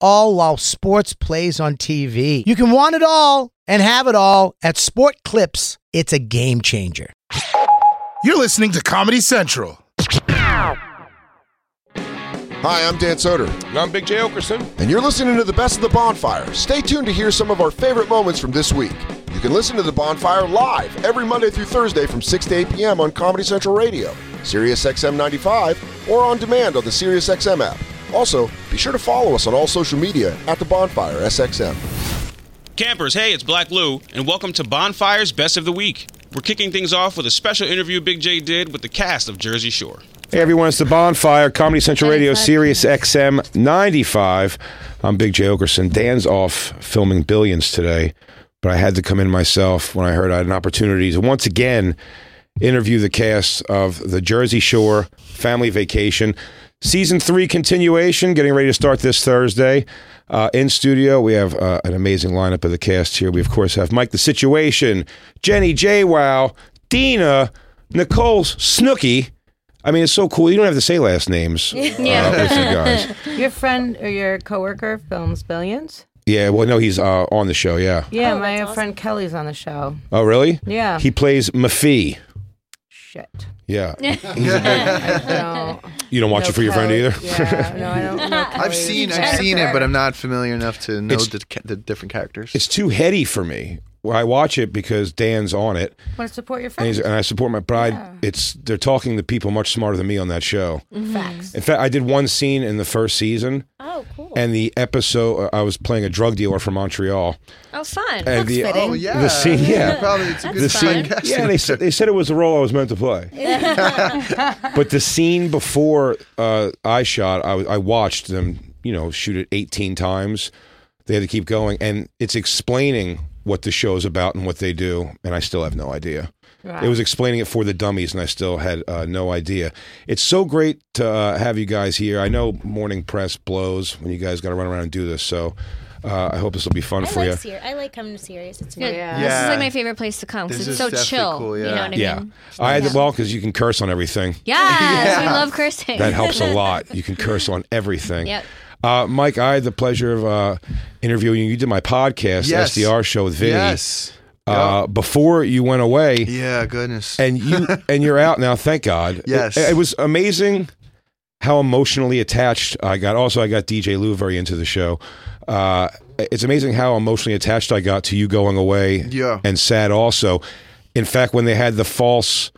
all while sports plays on TV. You can want it all and have it all at Sport Clips. It's a game changer. You're listening to Comedy Central. Hi, I'm Dan Soder, And I'm Big J. Okerson. and you're listening to the best of the bonfire. Stay tuned to hear some of our favorite moments from this week. You can listen to the bonfire live every Monday through Thursday from 6 to 8 p.m. on Comedy Central Radio, Sirius XM 95, or on demand on the Sirius XM app. Also, be sure to follow us on all social media at the bonfire SXM. Campers, hey, it's Black Lou, and welcome to Bonfire's Best of the Week. We're kicking things off with a special interview Big J did with the cast of Jersey Shore. Hey everyone, it's the Bonfire Comedy Central Radio, Sirius XM 95. I'm Big J Okerson. Dan's off filming Billions today, but I had to come in myself when I heard I had an opportunity to once again interview the cast of the Jersey Shore Family Vacation season three continuation, getting ready to start this Thursday. Uh, in studio, we have uh, an amazing lineup of the cast here. We of course have Mike the Situation, Jenny J Wow, Dina, Nicole Snooky. I mean, it's so cool. You don't have to say last names. Yeah. with you guys. Your friend or your coworker films billions. Yeah. Well, no, he's uh, on the show. Yeah. Oh, Yeah, my friend Kelly's on the show. Oh, really? Yeah. He plays Mafi. Shit. Yeah. No, You don't watch no it for your friend Kelly- either. Yeah, no, I don't. know I've Kelly. seen I've seen it, but I'm not familiar enough to know It's- the, ca- the different characters. It's too heady for me. Well, I watch it because Dan's on it, Want to support your and, he's, friends? and I support my pride. It's they're talking to people much smarter than me on that show. Facts. In fact, I did one scene in the first season, Oh, cool. and the episode uh, I was playing a drug dealer from Montreal, oh, fun. and the oh yeah, the scene yeah. probably it's a good the scene, casting. yeah, they, said- they said it was the role I was meant to play. but the scene before uh, I shot, I, was- I watched them, you know, shoot it 18 times. They had to keep going, and it's explaining what the show's about and what they do, and I still have no idea. It was explaining it for the dummies, and I still had uh, no idea. It's so great to uh, have you guys here. I know morning press blows when you guys got to run around and do this, so uh, I hope this will be fun I for you. like, Sirius. I like coming to Sirius. It's fun. Yeah. This is Yeah. like my favorite place to come This because it's is so definitely chill. cool, You yeah. know what I Yeah, mean? I had to, well because you can curse on everything. Yes, we love cursing. That helps a lot. You can curse on everything. Yep. Uh, Mike, I had the pleasure of uh, interviewing you. You did my podcast, Yes. SDR show with Vinny, Yes. uh, before you went away, Yeah, goodness. and you and you're out now. Thank God. Yes. it, it was amazing how emotionally attached I got. Also, I got DJ Lou very into the show. Uh, it's amazing how emotionally attached I got to you going away. Yeah. and sad also. In fact, when they had the false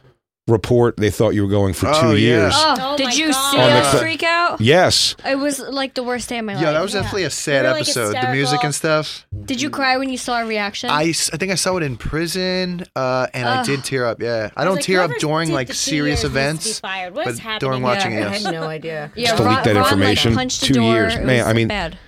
report, they thought you were going for two Oh, yeah. years. Oh, Oh, did my you God. see On the us cl- freak out? Yes. It was like the worst day of my life. yeah, that was definitely a sad We were, like, episode. the music hysterical. and stuff. Did you cry when you saw our reaction? I, s- I think I saw it in prison, uh, and I did tear up. Yeah, I was don't like, tear up whoever during did like the two serious years must be events, fired. What but is happening? during watching Yeah, I it, had no idea. yeah, Just delete Ron, that Ron, information. Like, punched the Two door. years. It Man, was I mean- bad.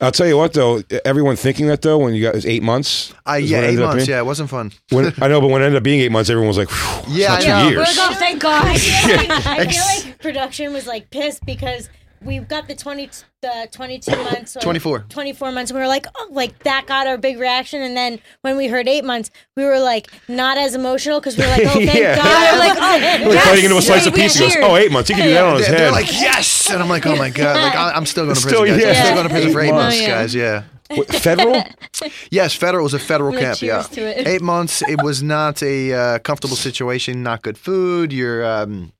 I'll tell you what though, everyone thinking that though, when you got it was eight months. I is Uh, yeah, what it eight ended up months. being. Yeah, it wasn't fun. When, I know, but when it ended up being eight months, everyone was like, "Phew, it's Yeah, not I two know. years. We're going, thank God. I I feel feel Ex- like production was like pissed because we got the 20 the 22 months like, 24. 24 months and we were like oh like that got our big reaction and then when we heard 8 months we were like not as emotional cuz we were like oh thank Yeah. god like oh Like yes, biting into a slice we of pizza. did. Goes, oh, eight months. You can do that on his They're, head. they're like yes, and I'm like, oh my god, like I, I'm still going to prison. Still, guys. yeah. I'm still going to prison for Eight eight months, months. guys. Yeah. What, federal? Yes, federal was a federal Like, camp. cheers yeah, to it. eight months. It was not a uh, comfortable situation. Not good food. You're um,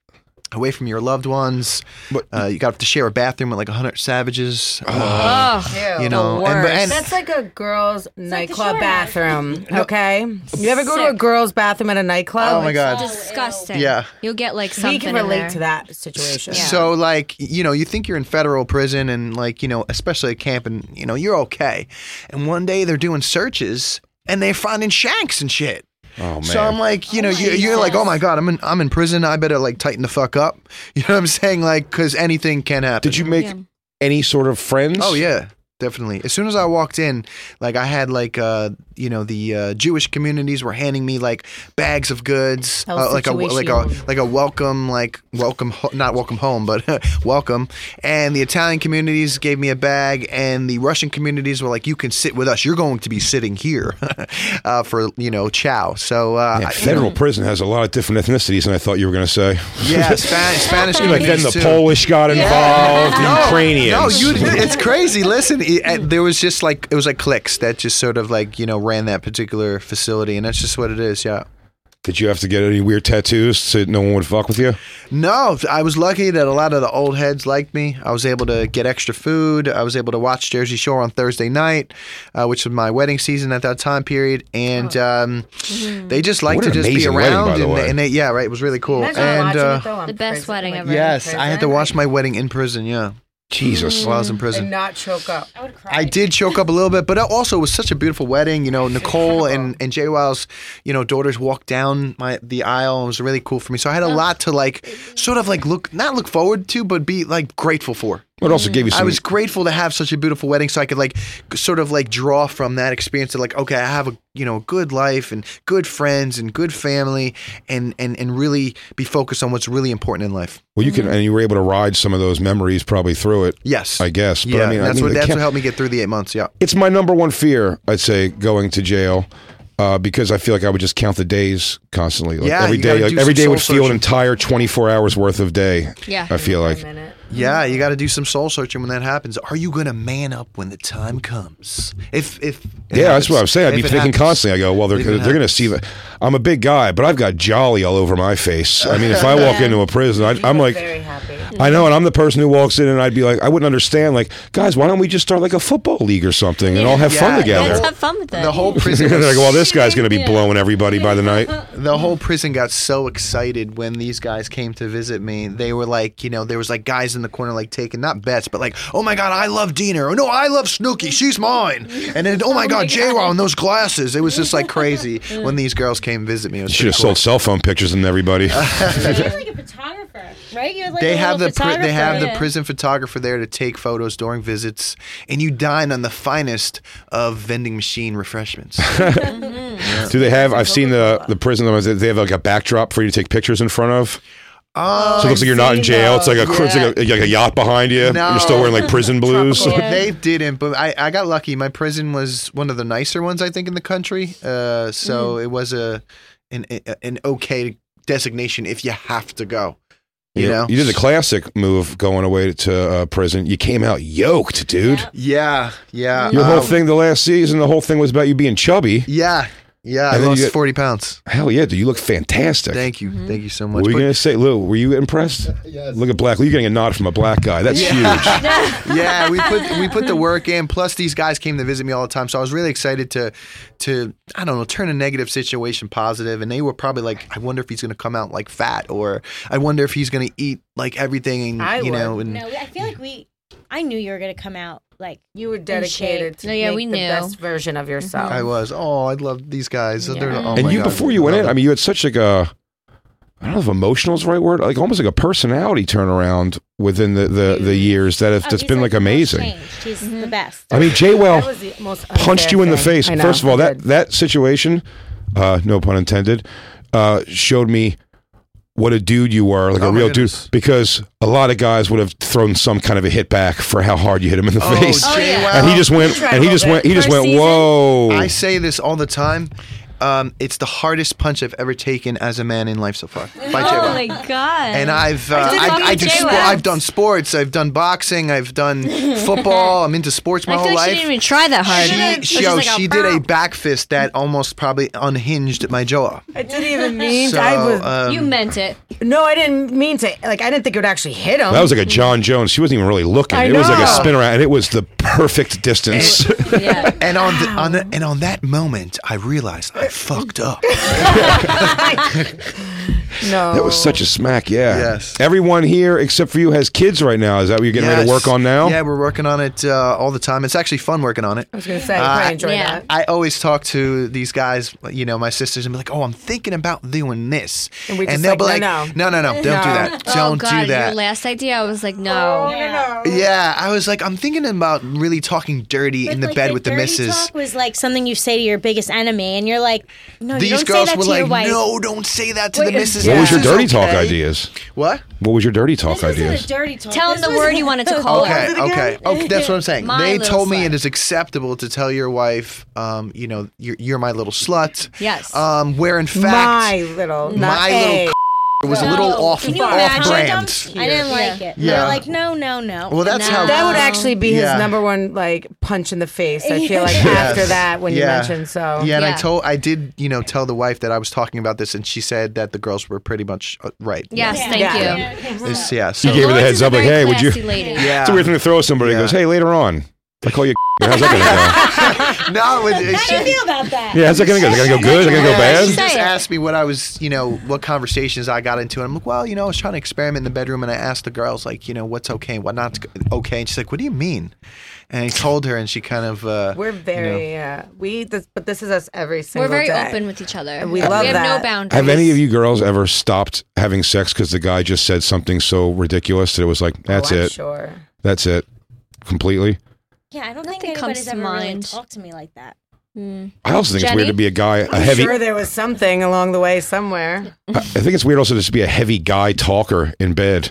away from your loved ones. But- uh, you got to share a bathroom with like hundred savages. Uh, Oh, you know, and- but- and- that's like a girls' like the nightclub shore. bathroom. Okay, you ever go to a girls' bathroom at a nightclub? oh my god. Disgusting. Yeah. You'll get like something. We can in relate there. to that situation. So like you know you think you're in federal prison and like you know especially at camp and you know you're okay, and one day they're doing searches and they're finding shanks and shit. Oh man. So I'm like, you know, you, you're like, oh my god, I'm in, I'm in prison. I better like tighten the fuck up. You know what I'm saying? Like, because anything can happen. Did you make Yeah. any sort of friends? Oh yeah, definitely. As soon as I walked in, like I had like uh you know the uh, Jewish communities were handing me like bags of goods, That was uh, like a like a situation. like a welcome like welcome ho- not welcome home but welcome. And the Italian communities gave me a bag, and the Russian communities were like, "You can sit with us. You're going to be sitting here uh, for you know chow." So uh, Yeah, I- you know, federal prison has a lot of different ethnicities than I thought you were going to say. yeah, Span- Spanish. like then the communities, too. Polish got involved, the Ukrainians. No, you, it's crazy. Listen, it, uh, there was just like it was like cliques that just sort of like you know ran that particular facility, and that's just what it is. Yeah. Did you have to get any weird tattoos so no one would fuck with you? No, I was lucky that a lot of the old heads liked me. I was able to get extra food. I was able to watch Jersey Shore on Thursday night, uh, which was my wedding season at that time period, and Oh. um, Mm-hmm. they just like What to an just be amazing wedding, around. by the and, way. They, and they, yeah, right, it was really cool. Imagine and watching uh, it, though, I'm The best crazy. wedding ever. yes, I had to Prison? watch my wedding in prison. Yeah, Jesus. while I was in prison. and not choke up. I would cry. I did choke up a little bit, but it also was such a beautiful wedding. You know, Nicole and, and Jay Wiles, you know, daughters walked down my the aisle. and It was really cool for me. So I had a lot to like, sort of like look, not look forward to, but be like grateful for. It also gave you some. I was grateful to have such a beautiful wedding, so I could like sort of like draw from that experience. Of like, okay, I have a you know good life and good friends and good family, and and and really be focused on what's really important in life. well, you can, and you were able to ride some of those memories probably through it. Yes, I guess. But Mm-hmm. yeah, I mean, I that's mean, what the that's camp- what helped me get through the eight months. Yeah. It's my number one fear, I'd say, going to jail. Uh, because I feel like I would just count the days constantly. Like Yeah, every you day, gotta like do every some day would soul feel an searching. entire twenty-four hours worth of day. Yeah. I feel like Yeah, you got to do some soul searching when that happens. Are you going to man up when the time comes? If if it Yeah, that's happens. what I'm saying. I'd If be it thinking happens. constantly. I go, well, they're If it they're going to happens. see that I'm a big guy, but I've got jolly all over my face. I mean, if I walk into a prison, I, I'm like, Very happy. I know, and I'm the person who walks in, and I'd be like, I wouldn't understand. Like, guys, why don't we just start like a football league or something, and all have fun Yeah, together? Let's whole- have fun with it. The whole prison. And they're like, was- well, this guy's going to be blowing everybody by the night. the whole prison got so excited when these guys came to visit me. They were like, you know, there was like guys in the corner like taking not bets, but like, oh my god, I love Diener. Oh no, I love Snooky. She's mine. And then, oh my god, J Row and those glasses. It was just like crazy when these girls came visit me. It was Should have pretty cool. sold cell phone pictures and everybody. You have like a photographer, right? You have like they a have little the pri- they have the photographer. prison photographer there to take photos during visits, and you dine on the finest of vending machine refreshments. Do they have? I've seen the the prison. ones, They have like a backdrop for you to take pictures in front of. Oh, So it looks like you're not in jail. It's like a it's like a, like a yacht behind you. You're still No. wearing like prison blues. Well, They didn't, but I, I got lucky. My prison was one of the nicer ones I think in the country, uh, so it was a an an okay designation if you have to go. You know, you did the classic move going away to uh, prison. You came out yoked, dude. yeah, yeah, Your whole um, thing the last season, the whole thing was about you being chubby. yeah, yeah. And I then you lost get- forty pounds. Hell yeah, dude, you look fantastic. Thank you, thank you so what much. were you But- gonna say, Lou? Were you impressed? Look at black. Lou, You're getting a nod from a black guy. That's huge. yeah, we put we put the work in. Plus, these guys came to visit me all the time, so I was really excited to to I don't know turn a negative situation positive. And they were probably like, I wonder if he's going to come out like fat, or I wonder if he's going to eat like everything. And, I you would. know, and No, I feel like we. I knew you were gonna come out like You were dedicated to No, yeah, make we the knew. best version of yourself. I was. Oh, I love these guys. They're- Yeah. oh and my you God. before you went in, I mean, you had such like a I don't know if emotional is the right word, like almost like a personality turnaround within the the, the Mm. years that have oh, that's he's, been like the most amazing. changed. He's Mm-hmm. the best. I mean, Jay That Well was the most punched unfair you in the thing. face. I know. First of all, that Good. that situation, uh, no pun intended, uh, showed me what a dude you were, like Oh a my real goodness. dude. Because a lot of guys would have thrown some kind of a hit back for how hard you hit him in the Oh, face, Jay yeah. Wow. and he just went, tried and he all just that. went, he just First went, season? whoa. I say this all the time. Um, it's the hardest punch I've ever taken as a man in life so far. By Jay Oh Wow. my god. and I've uh, did I, hockey I did too, spo- Alex. I've done sports. I've done boxing. I've done football. I'm into sports my I whole feel like she life. didn't even try that hard. It She, was she, just oh, like she did bow. a back fist that almost probably unhinged my jaw. I didn't even mean. So, to. I was uh, um, You meant it. no, I didn't mean to. Like I didn't think it would actually hit him. That was like a John Jones. She wasn't even really looking. I it was like a know. spin around, and it was the perfect distance. Yeah. and on, the, on the, and on that moment, I realized I fucked up. No. That was such a smack, yeah. Yes. Everyone here except for you has kids right now. Is that what you're getting ready to Yes. work on now? Yeah, we're working on it uh, all the time. It's actually fun working on it. I was gonna Uh, say, you probably enjoy yeah. that. I always talk to these guys, you know, my sisters, and be like, "Oh, I'm thinking about doing this," And we just they'll like, be like, "No, no, no, no, don't do that, Oh, don't God, do that." Your last idea, I was like, no. Yeah. yeah, I was like, I'm thinking about really talking dirty in the like, bed with the dirty missus. Talk was like something you say to your biggest enemy, and you're like, no, you These don't girls say that were to your like, wife. "No, don't say that to Wait, the missus." What was your This is dirty talk okay." ideas? What? What was your dirty talk This isn't ideas? a dirty talk. Tell him This the was- word you wanted to call Okay, him. okay, okay. That's what I'm saying. My they little told me slut. it is acceptable to tell your wife, um, you know, you're, you're my little slut. Yes. Um, where in fact, my little, not my little a. c- was a No, little off, can you off imagine? brand. I didn't like it. And Yeah. They're like, no, no, no. Well, that's no. how- That would actually be Um, Yeah. his number one like punch in the face. I feel like Yes. after that when you mentioned so. yeah, and I Yeah. told I did you know tell the wife that I was talking about this, and she said that the girls were pretty much uh, right. Yes, Yeah. thank Yeah. you. It's- yeah, so- You gave her the Lawrence heads is a up, like, very hey, would you? classy lady. yeah. It's a weird thing to throw somebody. He Yeah. goes, hey, later on, I call you. How's that gonna No, it, it, How do you feel about that? go? Yeah, how's that gonna go? Is it gonna go good? Is it gonna go Yeah, She bad? just Say it. asked me what I was, you know, what conversations I got into. And I'm like, well, you know, I was trying to experiment in the bedroom. And I asked the girls, like, you know, what's okay and what not okay. And she's like, what do you mean? And I told her, and she kind of. Uh, We're very uh, yeah. We this, but this is us every single We're very day. open with each other. we love We have that. no boundaries. Have any of you girls ever stopped having sex because the guy just said something so ridiculous that it was like, Oh, that's I'm it, sure. that's it, completely? Yeah, I don't Nothing think comes anybody's to ever really mind. talked to me like that. I also think it's weird Jenny? to be a guy, a I'm heavy. sure there was something along the way somewhere. I I think it's weird also just to be a heavy guy talker in bed.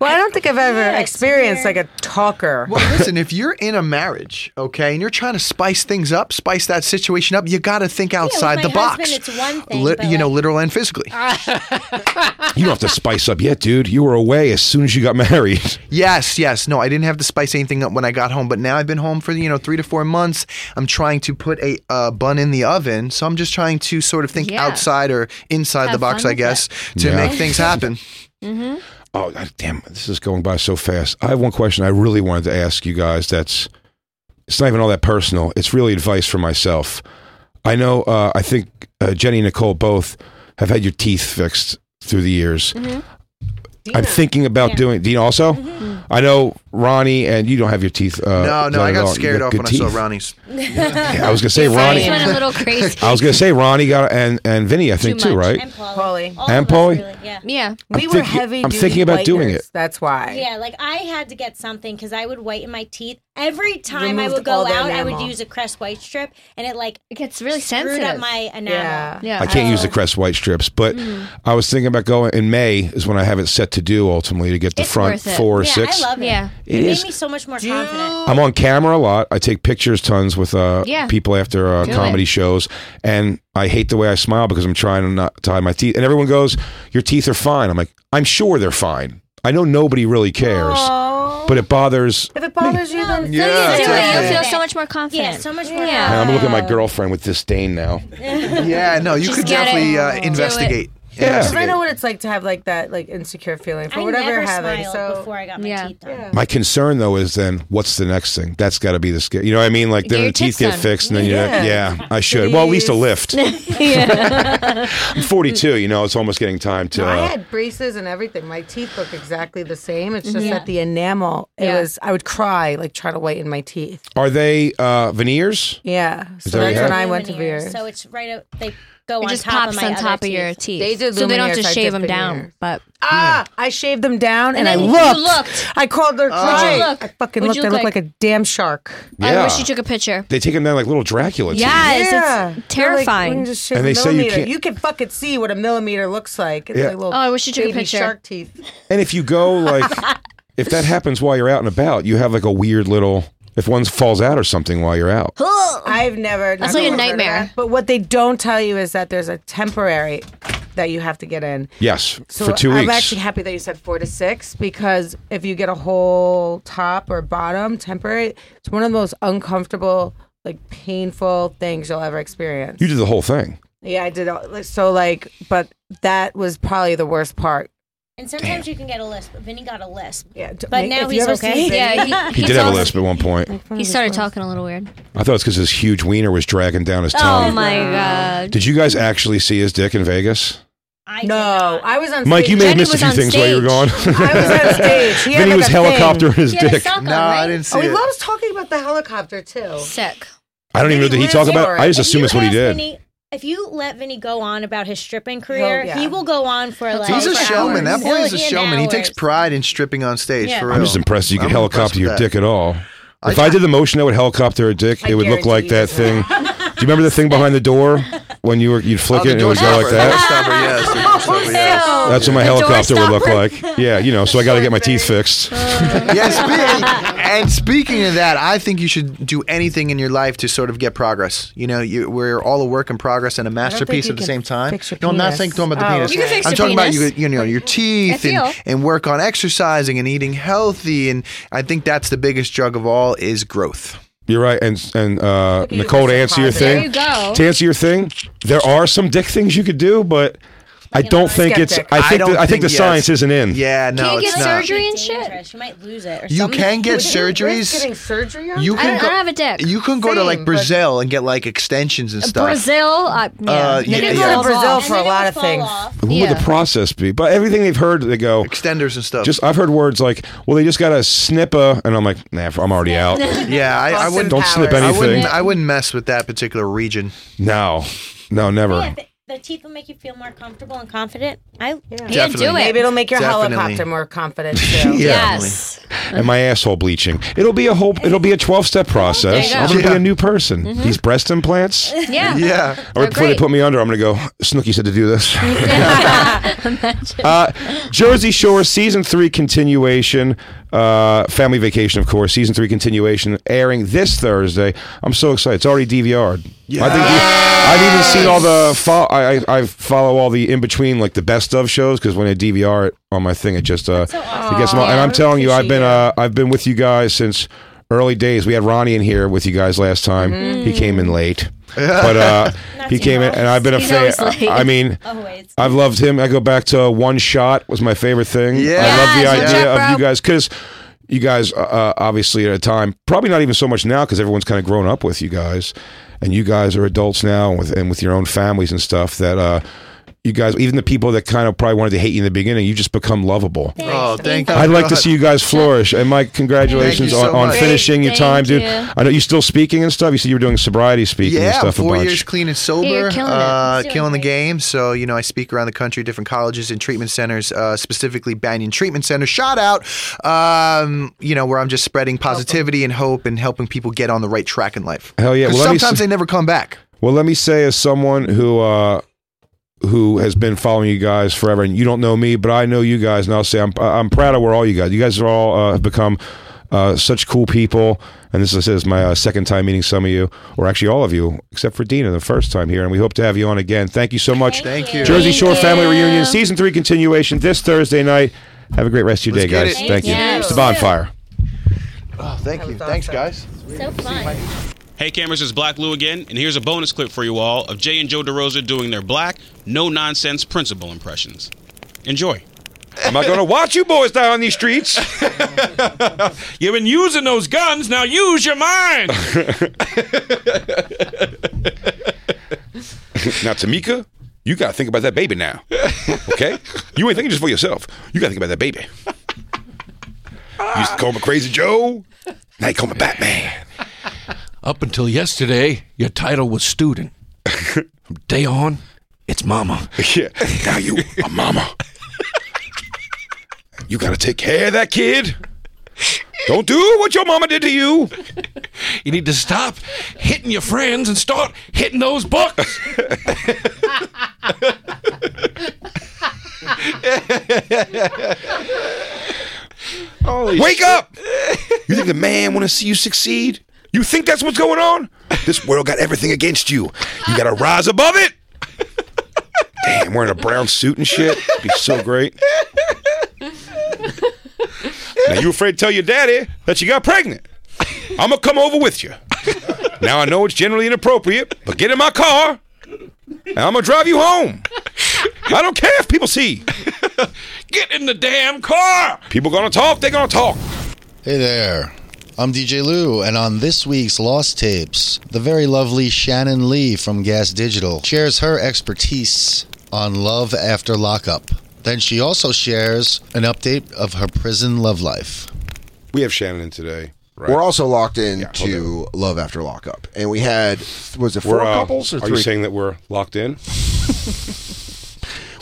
Well, I don't think I've ever Yeah, it's experienced weird. like a talker. well, listen, if you're in a marriage, okay, and you're trying to spice things up, spice that situation up, you got to think outside my the box. husband, it's one thing, Lit- but, you know, like- literal and physically. You don't have to spice up yet, dude. You were away as soon as you got married. Yes, yes. No, I didn't have to spice anything up when I got home, but now I've been home for you know three to four months. I'm trying to put a uh, bun in the oven, so I'm just trying to sort of think Yeah. outside or inside the Have box, fun I with guess, to Yeah. make things happen. Oh, God, damn, this is going by so fast. I have one question I really wanted to ask you guys that's it's not even all that personal. It's really advice for myself. I know, uh, I think uh, Jenny and Nicole both have had your teeth fixed through the years. I'm thinking about doing Dean also. I know Ronnie and you don't have your teeth. Uh, no, no, done I at got all. You scared got off good when I teeth. saw Ronnie's. Yeah, I was gonna say Ronnie. Just went a little crazy. I was gonna say Ronnie got and and Vinny. I think too, much. right? And Polly. Polly. All And of us, Polly? Really, yeah. yeah. we were thinking- heavy. I'm duty thinking about doing whiteners, it. That's why. Yeah, like I had to get something because I would whiten my teeth every time I Removed would go all the out. I would enamel. use a Crest White strip, and it like It gets really screwed sensitive. up my enamel. Yeah. yeah. I can't use the Crest White strips, but I was thinking about going in May is when I have it set to do ultimately to get the It's front worth it. four or Yeah, six. I love it. Yeah. it, It made is- me so much more confident. I'm on camera a lot. I take pictures tons with uh, Yeah. people after uh, Do comedy it. shows, and I hate the way I smile because I'm trying to not to hide my teeth. And everyone goes, "Your teeth are fine." I'm like, "I'm sure they're fine. I know nobody really cares, but it bothers." If it bothers you, then So you Yeah, do it, exactly. you'll feel so much more confident. Yeah, so much more. Yeah. confident. And I'm looking at my girlfriend with disdain now. Yeah, no, you could get definitely it. uh, Do it. investigate. Yeah. Because I Investigate. know what it's like to have like that like insecure feeling for I whatever never you're having. smiled So before I got my Yeah. teeth done. My concern though is then what's the next thing? That's got to be the scare. You know what I mean? Like Get then your the teeth tits get done. fixed, and then you're like, Yeah. yeah, I should. Well, at least a lift. I'm 42. You know, it's almost getting time to. No, I uh, had braces and everything. My teeth look exactly the same. It's just Yeah. that the enamel. It Yeah. was. I would cry like trying to whiten my teeth. are they uh, veneers? Yeah. So that what that's you had? when I went to Veneers, veneers. So it's right. up They go It on just top pops of my on other top of teeth. your teeth. They did so they don't Lumineers, have to I shave did them down. veneers. But Hmm. Ah! I shaved them down and, I then you looked. looked. I called Oh. her crying. look? I What'd fucking looked. you I look looked like? like? a damn shark. Oh, I Yeah. wish you took a picture. They take them down like little Dracula teeth. Yes, Yeah. it's They're like, we terrifying. can just shave And a they say you millimeter. can't- can fucking see what a millimeter looks like. It's Yeah. like little Oh, I wish you took a baby picture. Shark teeth. And if you go like, if that happens while you're out and about, you have like a weird little. If one falls out or something while you're out, I've never. That's knock like a on wood, heard of nightmare. that. But what they don't tell you is that there's a temporary that you have to get in. yes, So for two I'm weeks. actually happy that you said four to six because if you get a whole top or bottom temporary, it's one of the most uncomfortable, like painful things you'll ever experience. you did the whole thing. yeah, I did. all- like, So like, but that was probably the worst part. And sometimes you can get a lisp. Vinny got a lisp. Yeah, d- But like, now if you he's ever okay. see- yeah, he, He he's did have a all- lisp at one point. He started talking a little weird. I thought it's because his huge wiener was dragging down his Oh tongue. my god. Did you guys actually see his dick in Vegas? I did No, not. I was on. Mike, stage. you may have Jenny missed a was few on things while you were gone. I was on stage. He had Vinny like was a thing. helicoptering his She had a dick. sock on, No, right? I didn't see Oh, he it. loves talking about the helicopter too. Sick. I don't even know. Did Vinny he was talk about? there. it? I just If assume you that's what he ask did. Vinny- if you let Vinny go on about his stripping career, yeah. he will go on for like. He's a hours. showman. That boy is a Million showman. He takes hours. pride in stripping on stage. Yeah. For real. I'm just impressed you could I'm impressed helicopter with your that. dick at all. If I did the motion, I would helicopter a dick. I it would look guarantee like you that just- thing. Do you remember the thing behind the door when you were you'd flick Oh, it the and it would go doorstopper, like the that? doorstopper, yes, the doorstopper, yes. Ew. That's what my The door helicopter would look stopper. like. Yeah, you know. So I got to get my teeth fixed. Uh, yes, speak- and speaking of that, I think you should do anything in your life to sort of get progress. You know, you, we're all a work in progress and a masterpiece you at the can same time. fix your no, I'm not penis. saying talking about the Oh, penis. You can fix I'm your talking penis. about you, you know, your teeth I feel. and, and work on exercising and eating healthy. And I think that's the biggest drug of all is growth. You're right. And and uh, Nicole, to answer your There thing, you go. to answer your thing, there are some dick things you could do, but I don't think it's. Skeptic. I think. don't the, I think the yes. science isn't in. Yeah, no, Can you it's get not. surgery and It's shit? dangerous. You might lose it. Or You something. can get Would you risk surgeries. Getting surgery on. You I can don't- I go, don't have a dick. You can go to Same, like but- Brazil and get like extensions and stuff. Brazil. Uh, yeah. Then Uh, yeah, it You can go falls to Brazil off. for a And then lot it of will things. fall off. What would Yeah. the process be? But everything they've heard, they go. Extenders and stuff. Just I've heard words like, "Well, they just got a snipper," and I'm like, "Nah, I'm already out." yeah, I, I Austin wouldn't. Don't slip Powers. I wouldn't. anything. I wouldn't mess with that particular region. No, no, Yeah, never. th- the teeth will make you feel more comfortable and confident. I Yeah, do Definitely. it. Maybe it'll make your Definitely. helicopter more confident too. Yes. And my asshole bleaching. It'll be a whole. It'll be a twelve step process. Oh, There you I'm go. Mm-hmm. gonna be Yeah. a new person. These breast implants. Yeah. Yeah. Or before great. they put me under, I'm gonna go. Snooky said to do this. uh, Jersey Shore season three continuation. Uh, family vacation, of course. Season three continuation airing this Thursday. I'm so excited. It's already DVR'd. I think I've even seen all the. Fo- I, I I follow all the in between like the best of shows because when I DVR it on my thing, it just uh so it awesome. gets them all. And I'm telling you, I've been uh I've been with you guys since. Early days, we had Ronnie in here with you guys last time. He came in late, but uh, he too came in, much. and I've been a He's fan. always late. I mean, always. I've loved him. I go back to one shot was my favorite thing. Yeah. I love the Yes, One idea Shot, of you bro. guys because you guys uh, obviously at a time probably not even so much now because everyone's kind of grown up with you guys, and you guys are adults now and with and with your own families and stuff that. uh you guys, even the people that kind of probably wanted to hate you in the beginning, you just become lovable. Oh, thank. I'd like to God. see you guys flourish. And Mike, congratulations Thank you so on, on much. finishing your Thank time, dude. you. I know you still speaking and stuff. You said you were doing sobriety speaking and Yeah, stuff a four bunch. years clean and sober, Yeah, you're killing it. uh, He's doing killing the great. game. So you know, I speak around the country, different colleges and treatment centers, uh, specifically Banyan Treatment Center. Shout out, um, you know, where I'm just spreading positivity and hope and helping people get on the right track in life. Hell yeah. 'Cause Well, let me sometimes s- they never come back. Well, let me say, as someone who uh, who has been following you guys forever, and you don't know me, but I know you guys, and I'll say I'm I'm proud of where all you guys. You guys are all uh, have become uh, such cool people, and this is, this is my uh, second time meeting some of you, or actually all of you, except for Dina, the first time here, and we hope to have you on again. Thank you so much. Thank you. Jersey Thank Shore you. Family Reunion, Season Three continuation this Thursday night. Have a great rest of your Let's day, get guys. it. Thank you. Thank It's the you. bonfire. Oh, thank you, was thanks, awesome. guys. So fun. Hey, cameras, it's Black Lou again, and here's a bonus clip for you all of Jay and Joe DeRosa doing their black, no nonsense principal impressions. Enjoy. Am I going to watch you boys down on these streets? You've been using those guns. Now use your mind. Now, Tamika, you got to think about that baby now. Okay? You ain't thinking just for yourself. You got to think about that baby. You used to call me Crazy Joe. Now you call me Batman. Up until yesterday, your title was student. From day on, it's mama. Yeah. Now you a mama. You got to take care of that kid. Don't do what your mama did to you. You need to stop hitting your friends and start hitting those books. Wake up! You think the man want to see you succeed? You think that's what's going on? This world got everything against you. You got to rise above it. Damn, wearing a brown suit and shit. Be so great. Now you afraid to tell your daddy that you got pregnant? I'm gonna come over with you. Now I know it's generally inappropriate, but get in my car and I'm gonna drive you home. I don't care if people see. Get in the damn car. People gonna talk. They gonna talk. Hey there. I'm DJ Lou, and on this week's Lost Tapes, the very lovely Shannon Lee from Gas Digital shares her expertise on Love After Lockup. Then she also shares an update of her prison love life. We have Shannon in today. Right. We're also locked into Love After Lockup, and we had was it 4 We're, uh, couples or are three you saying that we're locked in?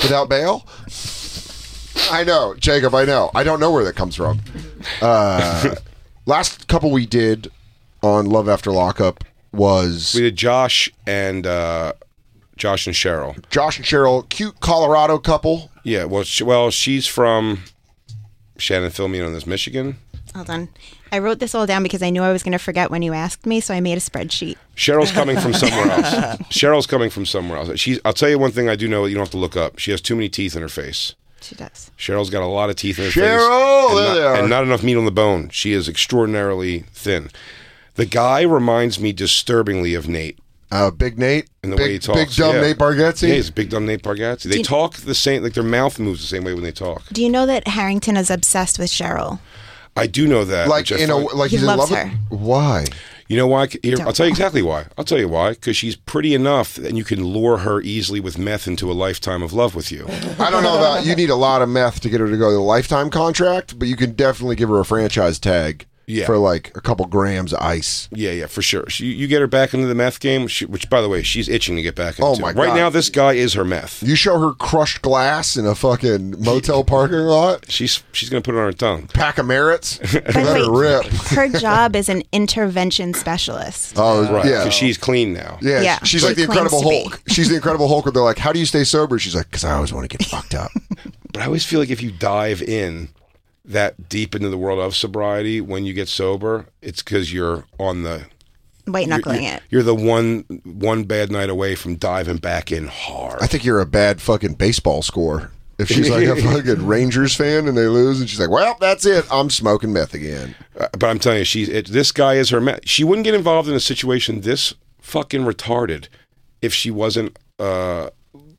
without bail? I know, Jacob. I know. I don't know where that comes from. Uh, last couple we did on Love After Lockup was We did Josh and uh, Josh and Cheryl. Josh and Cheryl, cute Colorado couple. Yeah. Well, she, well, she's from Shannon. Fill me in on this, Michigan. Hold on. I wrote this all down because I knew I was going to forget when you asked me, so I made a spreadsheet. Cheryl's coming from somewhere else. Cheryl's coming from somewhere else. She's. I'll tell you one thing. I do know. that You don't have to look up. She has too many teeth in her face. She does. Cheryl's got a lot of teeth in her Cheryl, face. and there not- they are. And not enough meat on the bone. She is extraordinarily thin. The guy reminds me disturbingly of Nate. Uh, big Nate. And the Big- way he talks. big dumb yeah. Nate Bargatze? Yeah, he's big dumb Nate Bargatze. They you- talk the same, like their mouth moves the same way when they talk. Do you know that Harrington is obsessed with Cheryl? I do know that. Like which I in a find- like He he's loves in love her. with why? You know why? Here, I'll Don't. tell you exactly why. I'll tell you why. Because she's pretty enough, and you can lure her easily with meth into a lifetime of love with you. I don't know about you. Need a lot of meth to get her to go to the lifetime contract, but you can definitely give her a franchise tag Yeah. for like a couple grams of ice. Yeah, yeah, for sure. She, you get her back into the meth game, she, which, by the way, she's itching to get back into. Oh, my Right God. now, this guy is her meth. You show her crushed glass in a fucking motel parking lot, She's she's gonna put it on her tongue. pack of merits, let But her wait, rip. her job is an intervention specialist. Oh Right. yeah. 'cause she's clean now. yeah, Yeah, she's she like the claims Incredible to be. Hulk. She's the Incredible Hulk. Where they're like, "How do you stay sober?" She's like, "Cause I always want to get fucked up." But I always feel like if you dive in that deep into the world of sobriety, when you get sober, it's because you're on the White you're- knuckling you're, it. You're the one one bad night away from diving back in hard. I think you're a bad fucking baseball score. If she's like a fucking Rangers fan and they lose, and she's like, "Well, that's it. I'm smoking meth again." Uh, but I'm telling you, she's it, this guy is her. Ma- she wouldn't get involved in a situation this fucking retarded if she wasn't uh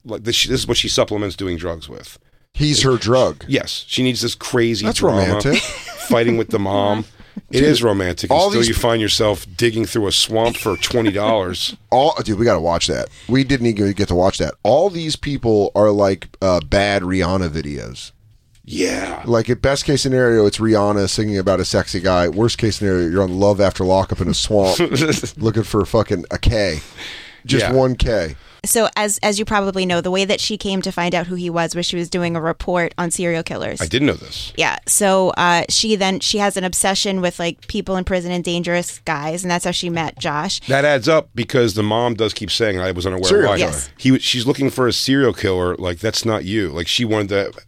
like this. This is what she supplements doing drugs with. He's her drug. Yes, she needs this crazy. That's drama, romantic. Fighting with the mom. It is romantic. all All still, these- you find yourself digging through a swamp for twenty dollars. all dude we gotta watch that we didn't even get to watch that all these people are like uh, bad rihanna videos yeah, like at best case scenario it's rihanna singing about a sexy guy worst case scenario you're on love after lockup in a swamp looking for fucking a k just Yeah. one k So, as as you probably know, the way that she came to find out who he was was she was doing a report on serial killers. I did know this. Yeah. So uh, she then she has an obsession with like people in prison and dangerous guys, and that's how she met Josh. That adds up because the mom does keep saying, "I was unaware Serial why." killer. Yes. He was- she's looking for a serial killer. Like that's not you. Like she wanted to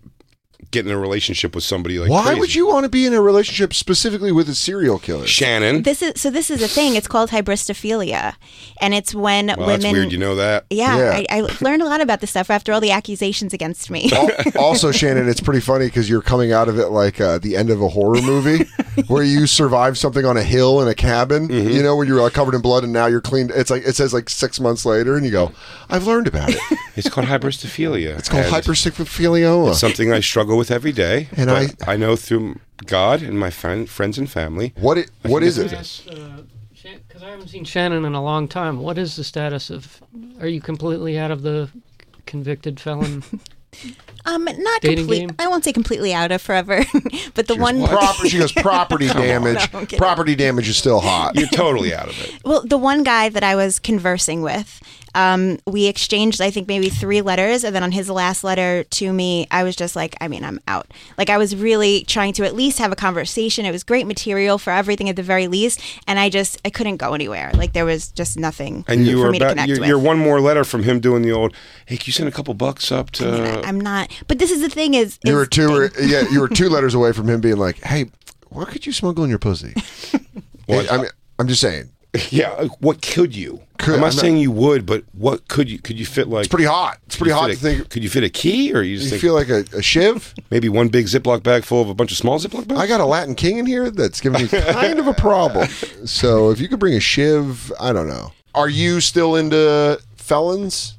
get in a relationship with somebody. Like why crazy. would you want to be in a relationship specifically with a serial killer Shannon? This is so. This is a thing. It's called hybristophilia, and it's when well, women. that's weird. You know that. Yeah, Yeah. I, I learned a lot about this stuff after all the accusations against me. Al- also, Shannon, it's pretty funny because you're coming out of it like uh, the end of a horror movie where you survive something on a hill in a cabin, Mm-hmm. you know, where you're like covered in blood and now you're clean. It's like, it says like six months later and you go, I've learned about it. It's called hyperstophilia. It's called It's hypersycophilioma. something I struggle with every day. And but I know through God and my friend, friends and family. What it, I what think is it's it? Because I haven't seen Shannon in a long time. What is the status of? Are you completely out of the convicted felon? Um, not Dating complete. game? I won't say completely out of forever, but the one Property, she goes, property damage. No, I'm kidding. property damage is still hot. You're totally out of it. Well, the one guy that I was conversing with, um, we exchanged, I think, maybe three letters. And then on his last letter to me, I was just like, I mean, I'm out. Like, I was really trying to at least have a conversation. It was great material for everything at the very least. And I just, I couldn't go anywhere. Like, there was just nothing And you for were me to about connect you're, with. you're one more letter from him doing the old. Hey, can you send a couple bucks up to? I mean, I, am not. But this is the thing is, You is were two, yeah, you were two letters away from him being like, hey, why could you smuggle in your pussy? Well, I mean, I'm just saying, Yeah, like, what could you? Could- I'm I'm not not- saying you would, but what could you? Could you fit like? it's pretty hot. It's pretty hot to think. Could you fit a key, or you just You think feel like a, a shiv? maybe one big Ziploc bag full of a bunch of small Ziploc bags? I got a Latin king in here that's giving me kind of a problem. So if you could bring a shiv, I don't know. Are you still into felons?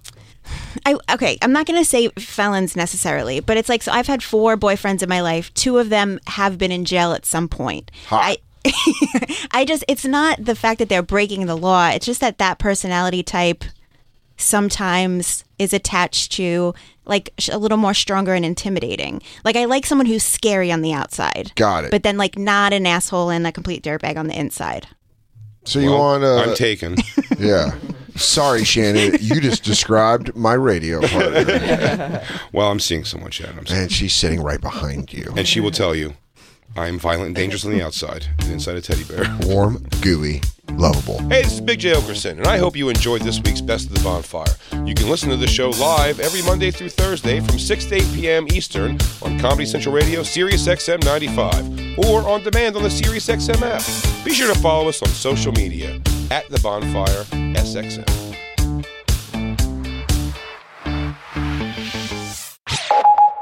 I okay, I'm not going to say felons necessarily, but it's like so I've had four boyfriends in my life. Two of them have been in jail at some point. I I just it's not the fact that they're breaking the law. It's just that that personality type sometimes is attached to like sh- a little more stronger and intimidating. Like I like someone who's scary on the outside. Got it. But then like not an asshole and a complete dirtbag on the inside. So you want? Uh, I'm taken. Yeah. Sorry, Shannon. You just described my radio partner, Well, I'm seeing someone, Shannon. I'm and she's sitting right behind you. And she will tell you, I am violent and dangerous on the outside and inside a teddy bear. Warm, gooey, lovable. Hey, this is Big J. Okerson, and I hope you enjoyed this week's Best of the Bonfire. You can listen to the show live every Monday through Thursday from 6 to 8 p.m. Eastern on Comedy Central Radio, Sirius XM 95, or on demand on the Sirius XM app. Be sure to follow us on social media at The Bonfire SXM.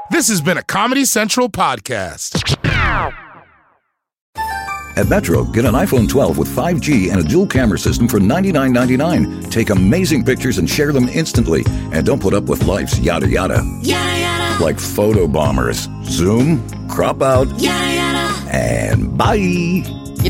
This has been a Comedy Central podcast. At Metro, get an iPhone 12 with 5G and a dual camera system for $99.99. Take amazing pictures and share them instantly. And don't put up with life's yada yada. Yada yada. Like photo bombers. Zoom, crop out, Yada yada. and bye. You